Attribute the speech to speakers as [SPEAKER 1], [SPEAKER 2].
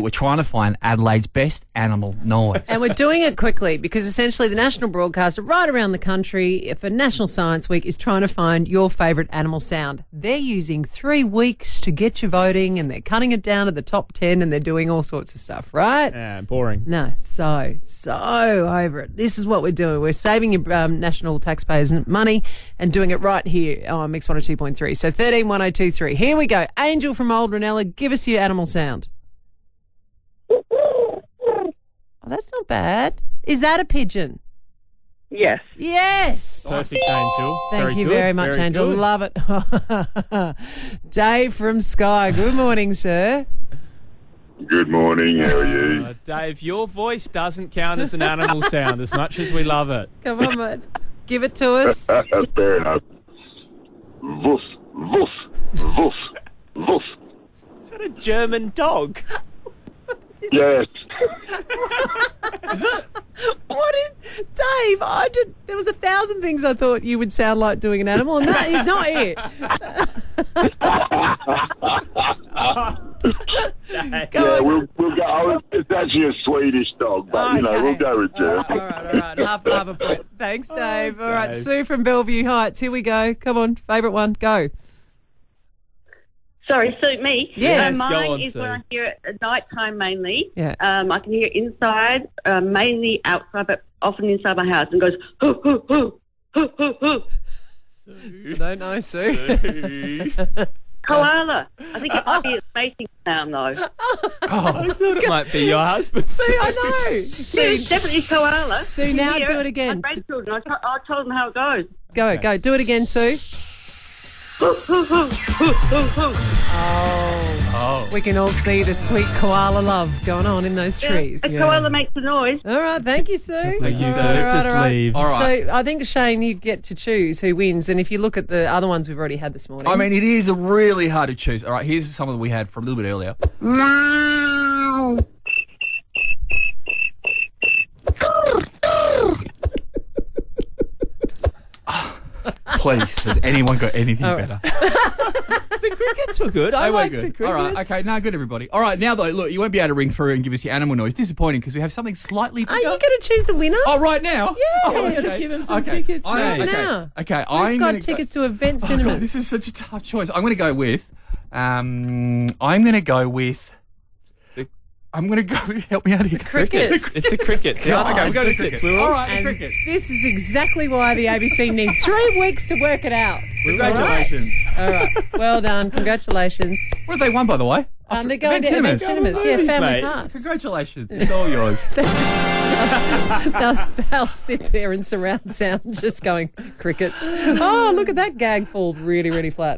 [SPEAKER 1] We're trying to find Adelaide's best animal noise.
[SPEAKER 2] And we're doing it quickly because essentially the national broadcaster right around the country for National Science Week is trying to find your favourite animal sound. They're using three weeks to get you voting and they're cutting it down to the top 10 and they're doing all sorts of stuff, right?
[SPEAKER 3] Yeah, boring.
[SPEAKER 2] No, so, so over it. This is what we're doing. We're saving your um, national taxpayers' money and doing it right here on Mix 102.3. So 131023. Here we go. Angel from Old Ranella, give us your animal sound. Oh, that's not bad. Is that a pigeon?
[SPEAKER 4] Yes.
[SPEAKER 2] Yes.
[SPEAKER 3] Perfect, Angel.
[SPEAKER 2] Thank
[SPEAKER 3] Oh, very
[SPEAKER 2] you
[SPEAKER 3] good,
[SPEAKER 2] very much, Angel.
[SPEAKER 3] good.
[SPEAKER 2] Love it. Dave from Sky. Good morning, sir.
[SPEAKER 5] Good morning. How are you?
[SPEAKER 3] Uh, Dave, your voice doesn't count as an animal sound as much as we love it.
[SPEAKER 2] Come on, bud. Give it to us.
[SPEAKER 5] Uh, Fair enough. Woof, woof, woof, woof.
[SPEAKER 3] Is that a German dog?
[SPEAKER 5] Yes.
[SPEAKER 2] What is Dave? I did. There was a thousand things I thought you would sound like doing an animal, and that is not it. Go
[SPEAKER 5] Yeah,
[SPEAKER 2] on.
[SPEAKER 5] we'll, we'll go. Oh, it's actually a Swedish dog, but you know,
[SPEAKER 2] Okay.
[SPEAKER 5] we'll go with German.
[SPEAKER 2] All right, all right. Half, half a point. Thanks, Dave. All right,
[SPEAKER 3] Dave.
[SPEAKER 2] Sue from Bellevue Heights. Here we go. Come on, favourite one. Go.
[SPEAKER 4] Sorry, suit me.
[SPEAKER 2] Yes,
[SPEAKER 4] so
[SPEAKER 3] go
[SPEAKER 4] mine
[SPEAKER 3] on,
[SPEAKER 4] is
[SPEAKER 3] Sue.
[SPEAKER 4] when I hear it at night time mainly.
[SPEAKER 2] Yeah.
[SPEAKER 4] Um, I can hear it inside, uh, mainly outside, but often inside my house, and goes hoo hoo hoo hoo hoo hoo.
[SPEAKER 2] No, no, Sue.
[SPEAKER 4] Koala. I think it might be a mating sound though.
[SPEAKER 3] I thought it might be your husband.
[SPEAKER 2] I know.
[SPEAKER 4] Yeah,
[SPEAKER 2] Sue,
[SPEAKER 4] it's definitely koala.
[SPEAKER 2] Sue, now
[SPEAKER 4] Hear
[SPEAKER 2] do it again.
[SPEAKER 4] My grandchildren. I, t- I told them how it goes.
[SPEAKER 2] go, go. Do it again, Sue. Oh.
[SPEAKER 4] Hoo hoo hoo hoo hoo hoo.
[SPEAKER 2] We can all see the sweet koala love going on in those trees.
[SPEAKER 4] A koala makes a noise.
[SPEAKER 2] All right, thank you, Sue.
[SPEAKER 3] Thank you,
[SPEAKER 2] All
[SPEAKER 3] Sue.
[SPEAKER 2] right, all right,
[SPEAKER 3] Eucalyptus
[SPEAKER 2] all right.
[SPEAKER 3] leaves.
[SPEAKER 1] All right.
[SPEAKER 2] So I think Shane, you get to choose who wins, and if you look at the other ones we've already had this morning,
[SPEAKER 1] I mean, it is really hard to choose. All right, here's some that we had from a little bit earlier. Please, has anyone got anything better?
[SPEAKER 3] The crickets were good. I
[SPEAKER 1] They were
[SPEAKER 3] liked the
[SPEAKER 1] good.
[SPEAKER 3] crickets.
[SPEAKER 1] All right, okay, now good, everybody. All right, now though, look, you won't be able to ring through and give us your animal noise. Disappointing because we have something slightly
[SPEAKER 2] are you
[SPEAKER 1] bigger.
[SPEAKER 2] going to choose the winner?
[SPEAKER 1] Oh, right now? Yeah.
[SPEAKER 2] Yes.
[SPEAKER 3] Give him some tickets, mate.
[SPEAKER 1] Okay.
[SPEAKER 2] Now.
[SPEAKER 1] okay.
[SPEAKER 2] We've
[SPEAKER 1] I'm
[SPEAKER 2] got
[SPEAKER 1] gonna go-
[SPEAKER 2] tickets to Event
[SPEAKER 1] Oh,
[SPEAKER 2] Cinema.
[SPEAKER 1] God, this is such a tough choice. I'm going to go with. Um, I'm going to go with. I'm going to go. Help me out here. The
[SPEAKER 2] crickets.
[SPEAKER 3] It's the crickets. The
[SPEAKER 1] okay,
[SPEAKER 3] outside
[SPEAKER 1] we go to crickets.
[SPEAKER 3] We were
[SPEAKER 1] All
[SPEAKER 3] all
[SPEAKER 1] right,
[SPEAKER 2] And
[SPEAKER 1] the crickets.
[SPEAKER 2] This is exactly why the ABC need three weeks to work it out.
[SPEAKER 1] Congratulations.
[SPEAKER 2] All right. Well done. Congratulations.
[SPEAKER 1] What have they won, by the way?
[SPEAKER 2] Um, they're going to Event Cinemas. Yeah,
[SPEAKER 3] movies,
[SPEAKER 2] Family
[SPEAKER 3] mate.
[SPEAKER 2] Pass.
[SPEAKER 1] Congratulations. It's all yours.
[SPEAKER 2] they'll, they'll sit there in surround sound just going crickets. Oh, look at that gag fall really, really flat.